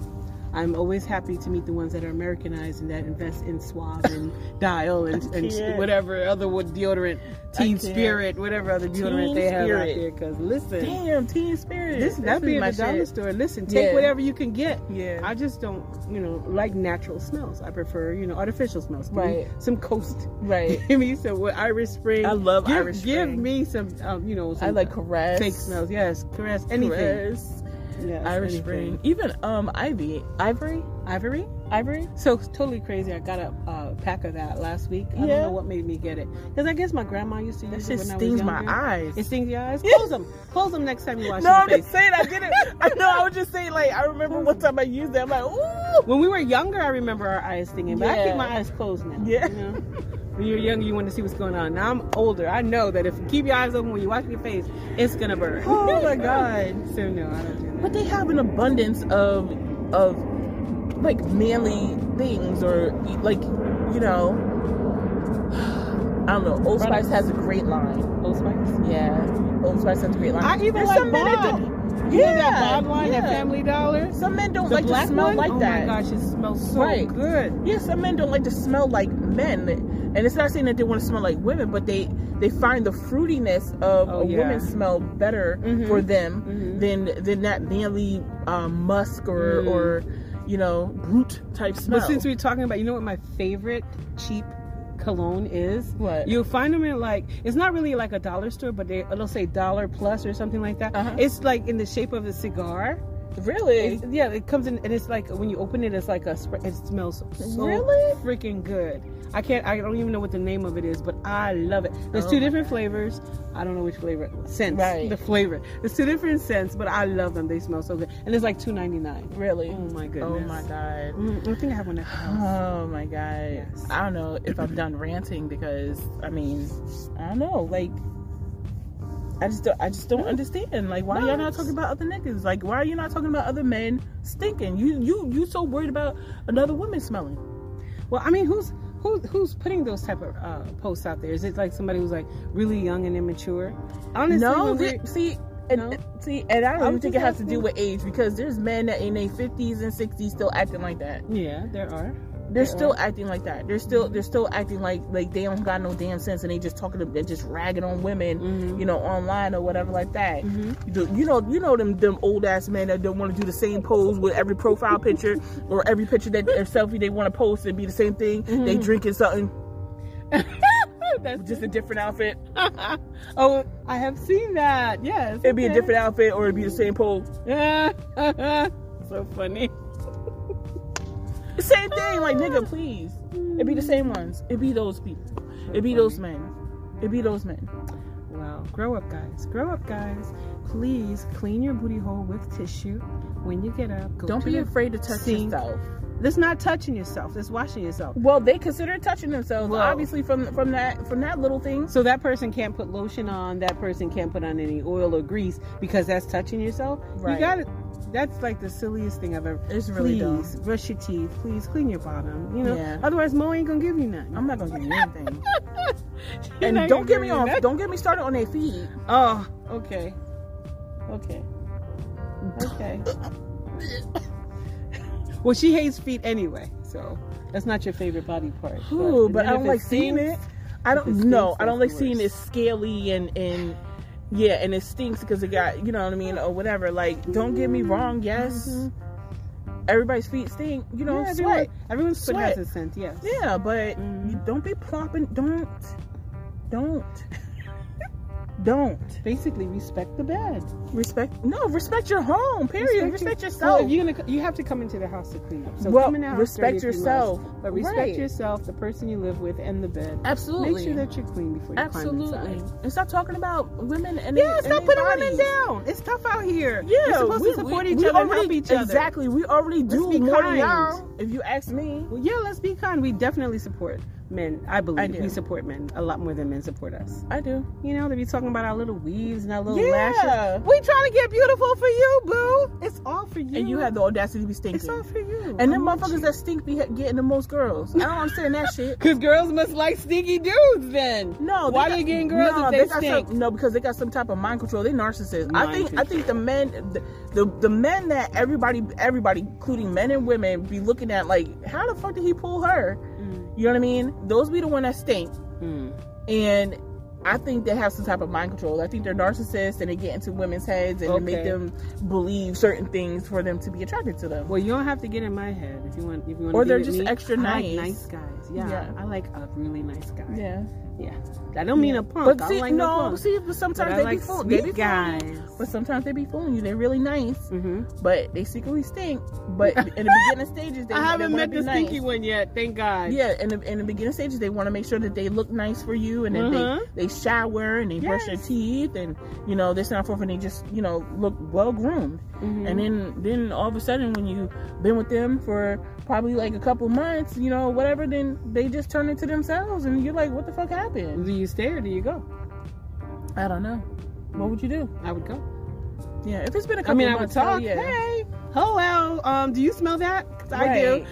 [SPEAKER 2] I'm always happy to meet the ones that are Americanized and that invest in Suave and Dial and, and
[SPEAKER 1] can't.
[SPEAKER 2] whatever other wood deodorant, Team
[SPEAKER 1] can't.
[SPEAKER 2] Spirit, whatever other deodorant
[SPEAKER 1] Team
[SPEAKER 2] they have out
[SPEAKER 1] Spirit.
[SPEAKER 2] there. Because listen,
[SPEAKER 1] Damn, teen spirit.
[SPEAKER 2] this that
[SPEAKER 1] is
[SPEAKER 2] be
[SPEAKER 1] my
[SPEAKER 2] at the dollar
[SPEAKER 1] shit.
[SPEAKER 2] store. Listen, take
[SPEAKER 1] Yeah.
[SPEAKER 2] whatever you can get.
[SPEAKER 1] Yeah.
[SPEAKER 2] I just don't, you know, like natural smells. I prefer, you know, artificial smells. Give me
[SPEAKER 1] Right.
[SPEAKER 2] Some coast.
[SPEAKER 1] right.
[SPEAKER 2] Give me some what, Irish Spring.
[SPEAKER 1] I love
[SPEAKER 2] give,
[SPEAKER 1] Irish
[SPEAKER 2] Give
[SPEAKER 1] Spring.
[SPEAKER 2] me some, um, you know, some
[SPEAKER 1] I like caress.
[SPEAKER 2] fake smells. Yes, caress anything.
[SPEAKER 1] Caress,
[SPEAKER 2] Yes,
[SPEAKER 1] Irish
[SPEAKER 2] anything.
[SPEAKER 1] spring. Even um ivy. Ivory?
[SPEAKER 2] ivory.
[SPEAKER 1] Ivory?
[SPEAKER 2] So it's totally crazy. I got a uh, pack of that last week. I don't
[SPEAKER 1] Yeah.
[SPEAKER 2] know what made me get it because I guess my grandma used to
[SPEAKER 1] That
[SPEAKER 2] use it
[SPEAKER 1] shit
[SPEAKER 2] when
[SPEAKER 1] stings
[SPEAKER 2] I was
[SPEAKER 1] my
[SPEAKER 2] younger.
[SPEAKER 1] eyes.
[SPEAKER 2] It stings your eyes.
[SPEAKER 1] Yeah.
[SPEAKER 2] Close them. Close them next time you wash
[SPEAKER 1] No,
[SPEAKER 2] your
[SPEAKER 1] I'm
[SPEAKER 2] face.
[SPEAKER 1] just saying I didn't. I know. I was just saying like I remember one time I used it. I'm like, ooh.
[SPEAKER 2] When we were younger, I remember our eyes stinging, but I keep
[SPEAKER 1] Yeah.
[SPEAKER 2] my eyes closed now.
[SPEAKER 1] Yeah.
[SPEAKER 2] you know? When you're younger, you want to see what's going on. Now I'm older. I know that if you keep your eyes open when you wash your face, it's gonna burn.
[SPEAKER 1] Oh my god.
[SPEAKER 2] So no, I don't do that.
[SPEAKER 1] But they have an abundance of of like manly things or like you know. I don't know. Old Spice has a great line.
[SPEAKER 2] Old Spice.
[SPEAKER 1] Yeah, Old Spice has a great line.
[SPEAKER 2] I even
[SPEAKER 1] There's
[SPEAKER 2] like
[SPEAKER 1] some men that
[SPEAKER 2] Bob.
[SPEAKER 1] don't-
[SPEAKER 2] You know that
[SPEAKER 1] Yeah,
[SPEAKER 2] Bob line, that
[SPEAKER 1] yeah.
[SPEAKER 2] Family Dollar.
[SPEAKER 1] Some men don't
[SPEAKER 2] The
[SPEAKER 1] like to
[SPEAKER 2] black
[SPEAKER 1] smell
[SPEAKER 2] one?
[SPEAKER 1] like
[SPEAKER 2] oh
[SPEAKER 1] that.
[SPEAKER 2] my gosh, it smells so
[SPEAKER 1] Right.
[SPEAKER 2] good.
[SPEAKER 1] Yeah, some men don't like to smell like men, and it's not saying that they want to smell like women, but they they find the fruitiness of
[SPEAKER 2] Oh,
[SPEAKER 1] a
[SPEAKER 2] yeah.
[SPEAKER 1] woman's smell better
[SPEAKER 2] Mhm.
[SPEAKER 1] for them
[SPEAKER 2] Mhm.
[SPEAKER 1] than than that manly um, musk or
[SPEAKER 2] Mm.
[SPEAKER 1] or you know brute type smell.
[SPEAKER 2] But since we're talking about, you know what my favorite cheap cologne is?
[SPEAKER 1] What?
[SPEAKER 2] You'll find them in like it's not really like a dollar store, but they it'll say dollar plus or something like that.
[SPEAKER 1] Uh-huh.
[SPEAKER 2] It's like in the shape of a cigar.
[SPEAKER 1] really
[SPEAKER 2] It's- yeah, it comes in and it's like when you open it, it's like a spray. It smells so
[SPEAKER 1] Really?
[SPEAKER 2] freaking good. I can't. I don't even know what the name of it is, but I love it. There's
[SPEAKER 1] Oh
[SPEAKER 2] two
[SPEAKER 1] my
[SPEAKER 2] different flavors. I don't know which flavor scents.
[SPEAKER 1] Right.
[SPEAKER 2] The flavor. There's two different scents, but I love them. They smell so good, and it's like two ninety nine.
[SPEAKER 1] really.
[SPEAKER 2] Oh my goodness.
[SPEAKER 1] Oh my god.
[SPEAKER 2] Mm, I think I have one at the house.
[SPEAKER 1] Oh my god.
[SPEAKER 2] Yes.
[SPEAKER 1] I don't know if I'm done ranting because I mean, I don't know, like I just don't I just don't understand. Like why
[SPEAKER 2] No,
[SPEAKER 1] y'all not
[SPEAKER 2] it's-
[SPEAKER 1] talking about other niggas? Like why are you not talking about other men stinking? You you you so worried about another woman smelling.
[SPEAKER 2] Well, I mean, who's who, who's putting those type of uh, posts out there? Is it like somebody who's like really young and immature? Honestly,
[SPEAKER 1] no,
[SPEAKER 2] when
[SPEAKER 1] thi-
[SPEAKER 2] we're-
[SPEAKER 1] see and
[SPEAKER 2] No?
[SPEAKER 1] see and I
[SPEAKER 2] I
[SPEAKER 1] don't even
[SPEAKER 2] was
[SPEAKER 1] think it
[SPEAKER 2] just
[SPEAKER 1] has to do
[SPEAKER 2] asking.
[SPEAKER 1] with age because there's men that in their fifties and sixties still acting like that.
[SPEAKER 2] yeah, there are.
[SPEAKER 1] They're
[SPEAKER 2] Yeah.
[SPEAKER 1] still acting like that. They're still they're still acting like like they don't got no damn sense and they just talking to, they're just ragging on women,
[SPEAKER 2] Mhm.
[SPEAKER 1] you know, online or whatever like that.
[SPEAKER 2] Mhm.
[SPEAKER 1] The- You know, you know them them old ass men that don't want to do the same pose with every profile picture or every picture that or selfie they want to post and be the same thing.
[SPEAKER 2] Mm-hmm.
[SPEAKER 1] They drinking something,
[SPEAKER 2] That's
[SPEAKER 1] just a different outfit.
[SPEAKER 2] oh, I have seen that. Yes,
[SPEAKER 1] It'd be a
[SPEAKER 2] okay.
[SPEAKER 1] different outfit or it'd be the same pose.
[SPEAKER 2] Yeah, so funny.
[SPEAKER 1] Same thing, like nigga, please. It'd be the same ones. It'd be those people. It'd be those men. It'd be those men.
[SPEAKER 2] Wow, grow up, guys. Grow up, guys. Please clean your booty hole with tissue when you get up. Go
[SPEAKER 1] Don't
[SPEAKER 2] to
[SPEAKER 1] be
[SPEAKER 2] your-
[SPEAKER 1] afraid to touch
[SPEAKER 2] sink.
[SPEAKER 1] yourself.
[SPEAKER 2] That's not touching yourself. That's washing yourself.
[SPEAKER 1] Well, they consider touching themselves,
[SPEAKER 2] Well-
[SPEAKER 1] obviously from from that from that little thing.
[SPEAKER 2] So that person can't put lotion on. That person can't put on any oil or grease because that's touching yourself. You
[SPEAKER 1] Right.
[SPEAKER 2] got it. That's like the silliest thing I've ever.
[SPEAKER 1] It's
[SPEAKER 2] please brush your teeth. Please clean your bottom. You know.
[SPEAKER 1] Yeah.
[SPEAKER 2] Otherwise, Mo ain't gonna give you nothing.
[SPEAKER 1] I'm not gonna give you anything.
[SPEAKER 2] She
[SPEAKER 1] and
[SPEAKER 2] not
[SPEAKER 1] don't
[SPEAKER 2] gonna
[SPEAKER 1] get me
[SPEAKER 2] give you
[SPEAKER 1] on.
[SPEAKER 2] nothing.
[SPEAKER 1] Don't get me started on their feet.
[SPEAKER 2] Oh, okay. Okay. Okay. well, she hates feet anyway, so that's not your favorite body part.
[SPEAKER 1] Ooh, but
[SPEAKER 2] and then
[SPEAKER 1] I don't
[SPEAKER 2] if
[SPEAKER 1] like seeing
[SPEAKER 2] stinks-
[SPEAKER 1] it. I
[SPEAKER 2] if it
[SPEAKER 1] don't. No,
[SPEAKER 2] stinks,
[SPEAKER 1] I don't like
[SPEAKER 2] that's
[SPEAKER 1] seeing
[SPEAKER 2] worse.
[SPEAKER 1] it scaly and and yeah, and it stinks because it got you know what I mean or whatever. Like, don't get me wrong. Yes,
[SPEAKER 2] Mhm.
[SPEAKER 1] everybody's feet stink. You know,
[SPEAKER 2] yeah,
[SPEAKER 1] sweat.
[SPEAKER 2] Everyone, everyone's foot
[SPEAKER 1] Sweat.
[SPEAKER 2] has a scent. Yes.
[SPEAKER 1] Yeah, but
[SPEAKER 2] Mhm.
[SPEAKER 1] you don't be plopping. Don't. Don't. Don't
[SPEAKER 2] Basically, respect the bed.
[SPEAKER 1] respect. No, respect your home. Period. Respect, yourself.
[SPEAKER 2] Well, if you're gonna, you have to come into the house to clean up. So
[SPEAKER 1] Well,
[SPEAKER 2] come in the house
[SPEAKER 1] respect
[SPEAKER 2] dirty if you
[SPEAKER 1] yourself.
[SPEAKER 2] must, but respect
[SPEAKER 1] Right.
[SPEAKER 2] yourself, the person you live with, and the bed.
[SPEAKER 1] Absolutely.
[SPEAKER 2] Make sure that you're clean before you climb
[SPEAKER 1] Absolutely.
[SPEAKER 2] inside.
[SPEAKER 1] And stop talking about women and
[SPEAKER 2] Yeah,
[SPEAKER 1] and
[SPEAKER 2] stop
[SPEAKER 1] their
[SPEAKER 2] putting
[SPEAKER 1] bodies.
[SPEAKER 2] women down. It's tough out here.
[SPEAKER 1] Yeah,
[SPEAKER 2] You're supposed
[SPEAKER 1] we-
[SPEAKER 2] to support
[SPEAKER 1] we-
[SPEAKER 2] each
[SPEAKER 1] we
[SPEAKER 2] other and
[SPEAKER 1] already-
[SPEAKER 2] help each other.
[SPEAKER 1] Exactly. We already do
[SPEAKER 2] be
[SPEAKER 1] more than
[SPEAKER 2] kind.
[SPEAKER 1] y'all, if you ask me.
[SPEAKER 2] Well, yeah, let's be kind. We definitely support men. I believe
[SPEAKER 1] I do.
[SPEAKER 2] we support men a lot more than men support us.
[SPEAKER 1] I do.
[SPEAKER 2] You know, they be talking about our little weaves and our little
[SPEAKER 1] Yeah.
[SPEAKER 2] lashes. We trying to get beautiful for you, boo. It's all for you.
[SPEAKER 1] And you have the audacity to be stinking.
[SPEAKER 2] It's all for you.
[SPEAKER 1] and
[SPEAKER 2] I
[SPEAKER 1] them
[SPEAKER 2] want you.
[SPEAKER 1] motherfuckers that stink be getting the most girls. I don't understand that shit.
[SPEAKER 2] Cause girls must like stinky dudes then.
[SPEAKER 1] No,
[SPEAKER 2] why
[SPEAKER 1] got-
[SPEAKER 2] they getting girls
[SPEAKER 1] no,
[SPEAKER 2] if they,
[SPEAKER 1] got
[SPEAKER 2] stink?
[SPEAKER 1] Some, no, because they got some type of mind control. They narcissists. I
[SPEAKER 2] Mind
[SPEAKER 1] think I think the men, the, the the men that everybody everybody, including men and women, be looking at like, how the fuck did he pull her?
[SPEAKER 2] Mm-hmm.
[SPEAKER 1] You know what I mean? Those be the one that stink.
[SPEAKER 2] Mm.
[SPEAKER 1] And I think they have some type of mind control. I think they're narcissists and they get into women's heads and they make
[SPEAKER 2] Okay.
[SPEAKER 1] them believe certain things for them to be attracted to them.
[SPEAKER 2] Well, you don't have to get in my head if you want. If you want,
[SPEAKER 1] Or
[SPEAKER 2] to
[SPEAKER 1] they're
[SPEAKER 2] be with
[SPEAKER 1] just
[SPEAKER 2] me.
[SPEAKER 1] extra
[SPEAKER 2] I like
[SPEAKER 1] nice.
[SPEAKER 2] nice guys. Yeah,
[SPEAKER 1] Yeah.
[SPEAKER 2] I like a really nice guy.
[SPEAKER 1] Yeah.
[SPEAKER 2] yeah. I don't mean a punk.
[SPEAKER 1] But
[SPEAKER 2] I
[SPEAKER 1] see,
[SPEAKER 2] don't like
[SPEAKER 1] no,
[SPEAKER 2] punk.
[SPEAKER 1] see, but
[SPEAKER 2] But
[SPEAKER 1] sometimes
[SPEAKER 2] I
[SPEAKER 1] they
[SPEAKER 2] like
[SPEAKER 1] be fooled. They be
[SPEAKER 2] sweet
[SPEAKER 1] guys.
[SPEAKER 2] guys.
[SPEAKER 1] But sometimes they be fooling you. They're really nice.
[SPEAKER 2] Mm-hmm.
[SPEAKER 1] but they secretly stink. But in the beginning stages, they
[SPEAKER 2] I haven't
[SPEAKER 1] they wanna
[SPEAKER 2] met
[SPEAKER 1] be
[SPEAKER 2] the
[SPEAKER 1] nice.
[SPEAKER 2] stinky one yet. Thank God.
[SPEAKER 1] Yeah, in the, in the beginning stages, they want to make sure that they look nice for you, and that
[SPEAKER 2] Uh-huh.
[SPEAKER 1] they they shower and they brush their
[SPEAKER 2] Yes.
[SPEAKER 1] teeth, and you know this and that forth, and they just you know look well groomed.
[SPEAKER 2] Mhm.
[SPEAKER 1] And then then all of a sudden, when you've been with them for probably like a couple months, you know whatever, then they just turn into themselves, and you're like, what the fuck happened?
[SPEAKER 2] do you stay or do you go?
[SPEAKER 1] I don't know. What would you do?
[SPEAKER 2] I would go.
[SPEAKER 1] Yeah, if it's been a couple
[SPEAKER 2] I mean, I would
[SPEAKER 1] months,
[SPEAKER 2] talk.
[SPEAKER 1] hell Yeah.
[SPEAKER 2] Hey, hello. Um, do you smell that? 'Cause I do.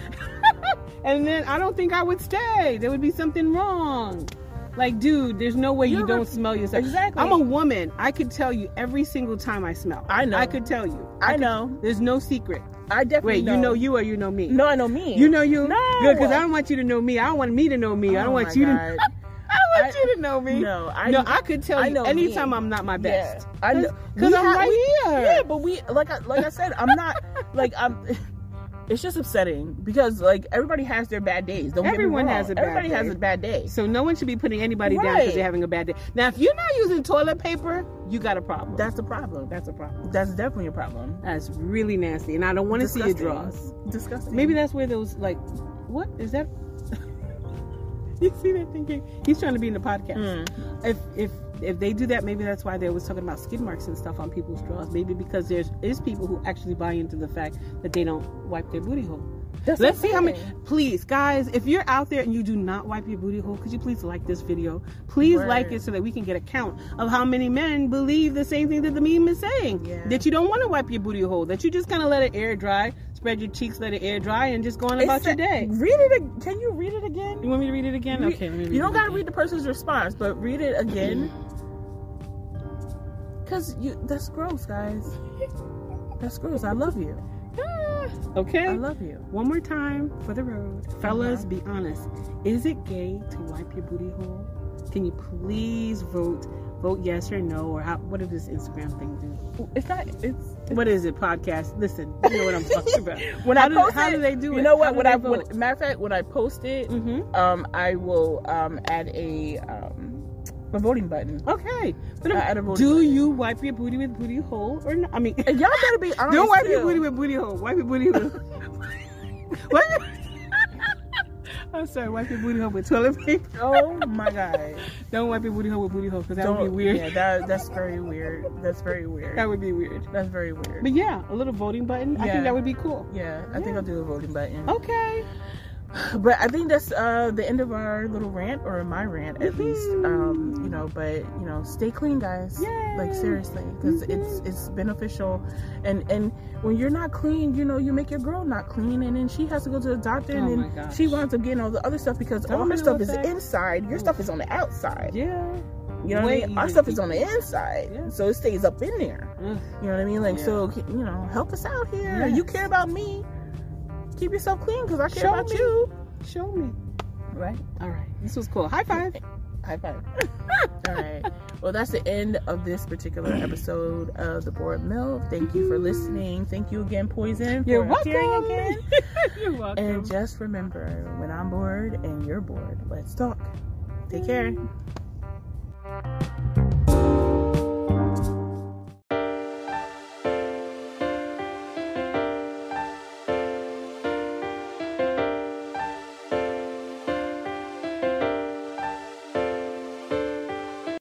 [SPEAKER 2] and then I don't think I would stay. There would be something wrong. Like, dude, there's no way you
[SPEAKER 1] You're
[SPEAKER 2] don't
[SPEAKER 1] ref-
[SPEAKER 2] smell yourself.
[SPEAKER 1] Exactly.
[SPEAKER 2] I'm a woman. I could tell you every single time I smell.
[SPEAKER 1] I know.
[SPEAKER 2] I could tell you.
[SPEAKER 1] I
[SPEAKER 2] could-
[SPEAKER 1] know.
[SPEAKER 2] There's no secret.
[SPEAKER 1] I definitely
[SPEAKER 2] Wait, you know you or you know me?
[SPEAKER 1] No, I know me.
[SPEAKER 2] You know you?
[SPEAKER 1] No.
[SPEAKER 2] Good, because I don't want you to know me. I don't want me to know me. I
[SPEAKER 1] Oh
[SPEAKER 2] don't
[SPEAKER 1] my
[SPEAKER 2] want you
[SPEAKER 1] God.
[SPEAKER 2] to. I don't want
[SPEAKER 1] I-
[SPEAKER 2] you to know me.
[SPEAKER 1] No, I
[SPEAKER 2] no, I could tell
[SPEAKER 1] I
[SPEAKER 2] you
[SPEAKER 1] know
[SPEAKER 2] anytime
[SPEAKER 1] me.
[SPEAKER 2] I'm not my best.
[SPEAKER 1] Yeah, I know.
[SPEAKER 2] Because
[SPEAKER 1] We
[SPEAKER 2] I'm
[SPEAKER 1] have-
[SPEAKER 2] right here.
[SPEAKER 1] Yeah, but we like I like I said, I'm not like I'm. It's just upsetting because like everybody has their bad days. Don't get me
[SPEAKER 2] Everyone
[SPEAKER 1] wrong.
[SPEAKER 2] has a bad
[SPEAKER 1] everybody
[SPEAKER 2] day.
[SPEAKER 1] has a bad day.
[SPEAKER 2] So no one should be putting anybody down
[SPEAKER 1] Right.
[SPEAKER 2] because they're having a bad day. Now, if you're not using toilet paper, you got a problem.
[SPEAKER 1] That's a problem. That's
[SPEAKER 2] That's a problem.
[SPEAKER 1] that's definitely a problem.
[SPEAKER 2] That's really nasty, and I don't want to see your
[SPEAKER 1] Disgusting.
[SPEAKER 2] drawers.
[SPEAKER 1] Disgusting.
[SPEAKER 2] Maybe that's where those like, what is that? you see that thinking? He's trying to be in the podcast.
[SPEAKER 1] Mm.
[SPEAKER 2] If if if they do that, maybe that's why they was talking about skid marks and stuff on people's drawers. Maybe because there's is people who actually buy into the fact that they don't wipe their booty hole.
[SPEAKER 1] That's
[SPEAKER 2] Let's see how many.
[SPEAKER 1] upsetting.
[SPEAKER 2] Please, guys, if you're out there and you do not wipe your booty hole, could you please like this video? Please
[SPEAKER 1] Word.
[SPEAKER 2] like it so that we can get a count of how many men believe the same thing that the meme is saying.
[SPEAKER 1] Yeah.
[SPEAKER 2] That you don't want to wipe your booty hole, that you just kind of let it air dry, spread your cheeks, let it air dry, and just go on about
[SPEAKER 1] It's
[SPEAKER 2] your
[SPEAKER 1] a-
[SPEAKER 2] day.
[SPEAKER 1] Read it. ag- Can you read it again?
[SPEAKER 2] You want me to read it again? okay. let me
[SPEAKER 1] You don't
[SPEAKER 2] it
[SPEAKER 1] gotta
[SPEAKER 2] again.
[SPEAKER 1] read the person's response, but read it again. Cause you, that's gross, guys. That's gross. I love you.
[SPEAKER 2] Ah, okay.
[SPEAKER 1] I love Uh-huh. you.
[SPEAKER 2] One more time for the road. Fellas, be honest. Is it gay to wipe your booty hole? Can you please vote? Vote yes or no, or how, what did this Instagram thing do?
[SPEAKER 1] It's not. It's. it's
[SPEAKER 2] What is it? Podcast? Listen, you know what I'm talking about.
[SPEAKER 1] when
[SPEAKER 2] how
[SPEAKER 1] I
[SPEAKER 2] do,
[SPEAKER 1] post
[SPEAKER 2] how
[SPEAKER 1] it,
[SPEAKER 2] do they do it?
[SPEAKER 1] You know
[SPEAKER 2] How
[SPEAKER 1] what?
[SPEAKER 2] do
[SPEAKER 1] When
[SPEAKER 2] they
[SPEAKER 1] I
[SPEAKER 2] vote?
[SPEAKER 1] when, matter of fact, when I post it,
[SPEAKER 2] Mhm.
[SPEAKER 1] um, I will um add a um a voting button.
[SPEAKER 2] Mm-hmm. Okay, but
[SPEAKER 1] I- I
[SPEAKER 2] I'm-
[SPEAKER 1] don't vote
[SPEAKER 2] do
[SPEAKER 1] for it.
[SPEAKER 2] you wipe your booty with booty hole or not? I mean,
[SPEAKER 1] And y'all better be honest.
[SPEAKER 2] don't wipe your
[SPEAKER 1] too.
[SPEAKER 2] booty with booty hole. Wipe your booty with. wipe your- I'm sorry. Wipe your booty hole with toilet paper.
[SPEAKER 1] Oh my god!
[SPEAKER 2] Don't wipe your booty hole with booty hole because that would be
[SPEAKER 1] Don't-
[SPEAKER 2] weird.
[SPEAKER 1] Yeah, that, that's very weird. That's very
[SPEAKER 2] That
[SPEAKER 1] weird.
[SPEAKER 2] would be weird.
[SPEAKER 1] That's very weird.
[SPEAKER 2] But yeah, a little voting button. I
[SPEAKER 1] Yeah.
[SPEAKER 2] think that would be cool.
[SPEAKER 1] yeah, I think
[SPEAKER 2] Yeah.
[SPEAKER 1] I'll do a voting button.
[SPEAKER 2] Okay.
[SPEAKER 1] But I think that's uh, the end of our little rant, or my rant at least.
[SPEAKER 2] Mhm.
[SPEAKER 1] Um, you know, but you know, stay clean, guys.
[SPEAKER 2] Yay.
[SPEAKER 1] Like seriously, because
[SPEAKER 2] Mhm.
[SPEAKER 1] it's it's beneficial. And and when you're not clean, you know, you make your girl not clean, and then she has to go to the doctor,
[SPEAKER 2] Oh
[SPEAKER 1] and
[SPEAKER 2] my
[SPEAKER 1] then
[SPEAKER 2] gosh.
[SPEAKER 1] she winds up getting all the other stuff because all her
[SPEAKER 2] Domino
[SPEAKER 1] stuff
[SPEAKER 2] effect.
[SPEAKER 1] is inside. Your stuff is on the outside.
[SPEAKER 2] Yeah.
[SPEAKER 1] You know what I
[SPEAKER 2] Way
[SPEAKER 1] mean? Our
[SPEAKER 2] easier
[SPEAKER 1] stuff
[SPEAKER 2] to
[SPEAKER 1] is on the inside,
[SPEAKER 2] Yeah.
[SPEAKER 1] so it stays up in there.
[SPEAKER 2] Ugh.
[SPEAKER 1] You know what I mean? Like
[SPEAKER 2] Yeah.
[SPEAKER 1] so, you know, help us out here.
[SPEAKER 2] Yes.
[SPEAKER 1] You care about me. Keep yourself clean because I care
[SPEAKER 2] Show
[SPEAKER 1] about
[SPEAKER 2] me.
[SPEAKER 1] you.
[SPEAKER 2] Show me.
[SPEAKER 1] Right.
[SPEAKER 2] All right. This was cool. High five.
[SPEAKER 1] High five. All right. Well, that's the end of this particular episode of the Board Milk. Thank you for listening. Thank you again, Poison.
[SPEAKER 2] You're
[SPEAKER 1] for
[SPEAKER 2] welcome.
[SPEAKER 1] appearing again.
[SPEAKER 2] You're welcome.
[SPEAKER 1] And just remember, when I'm bored and you're bored, let's talk. Take care.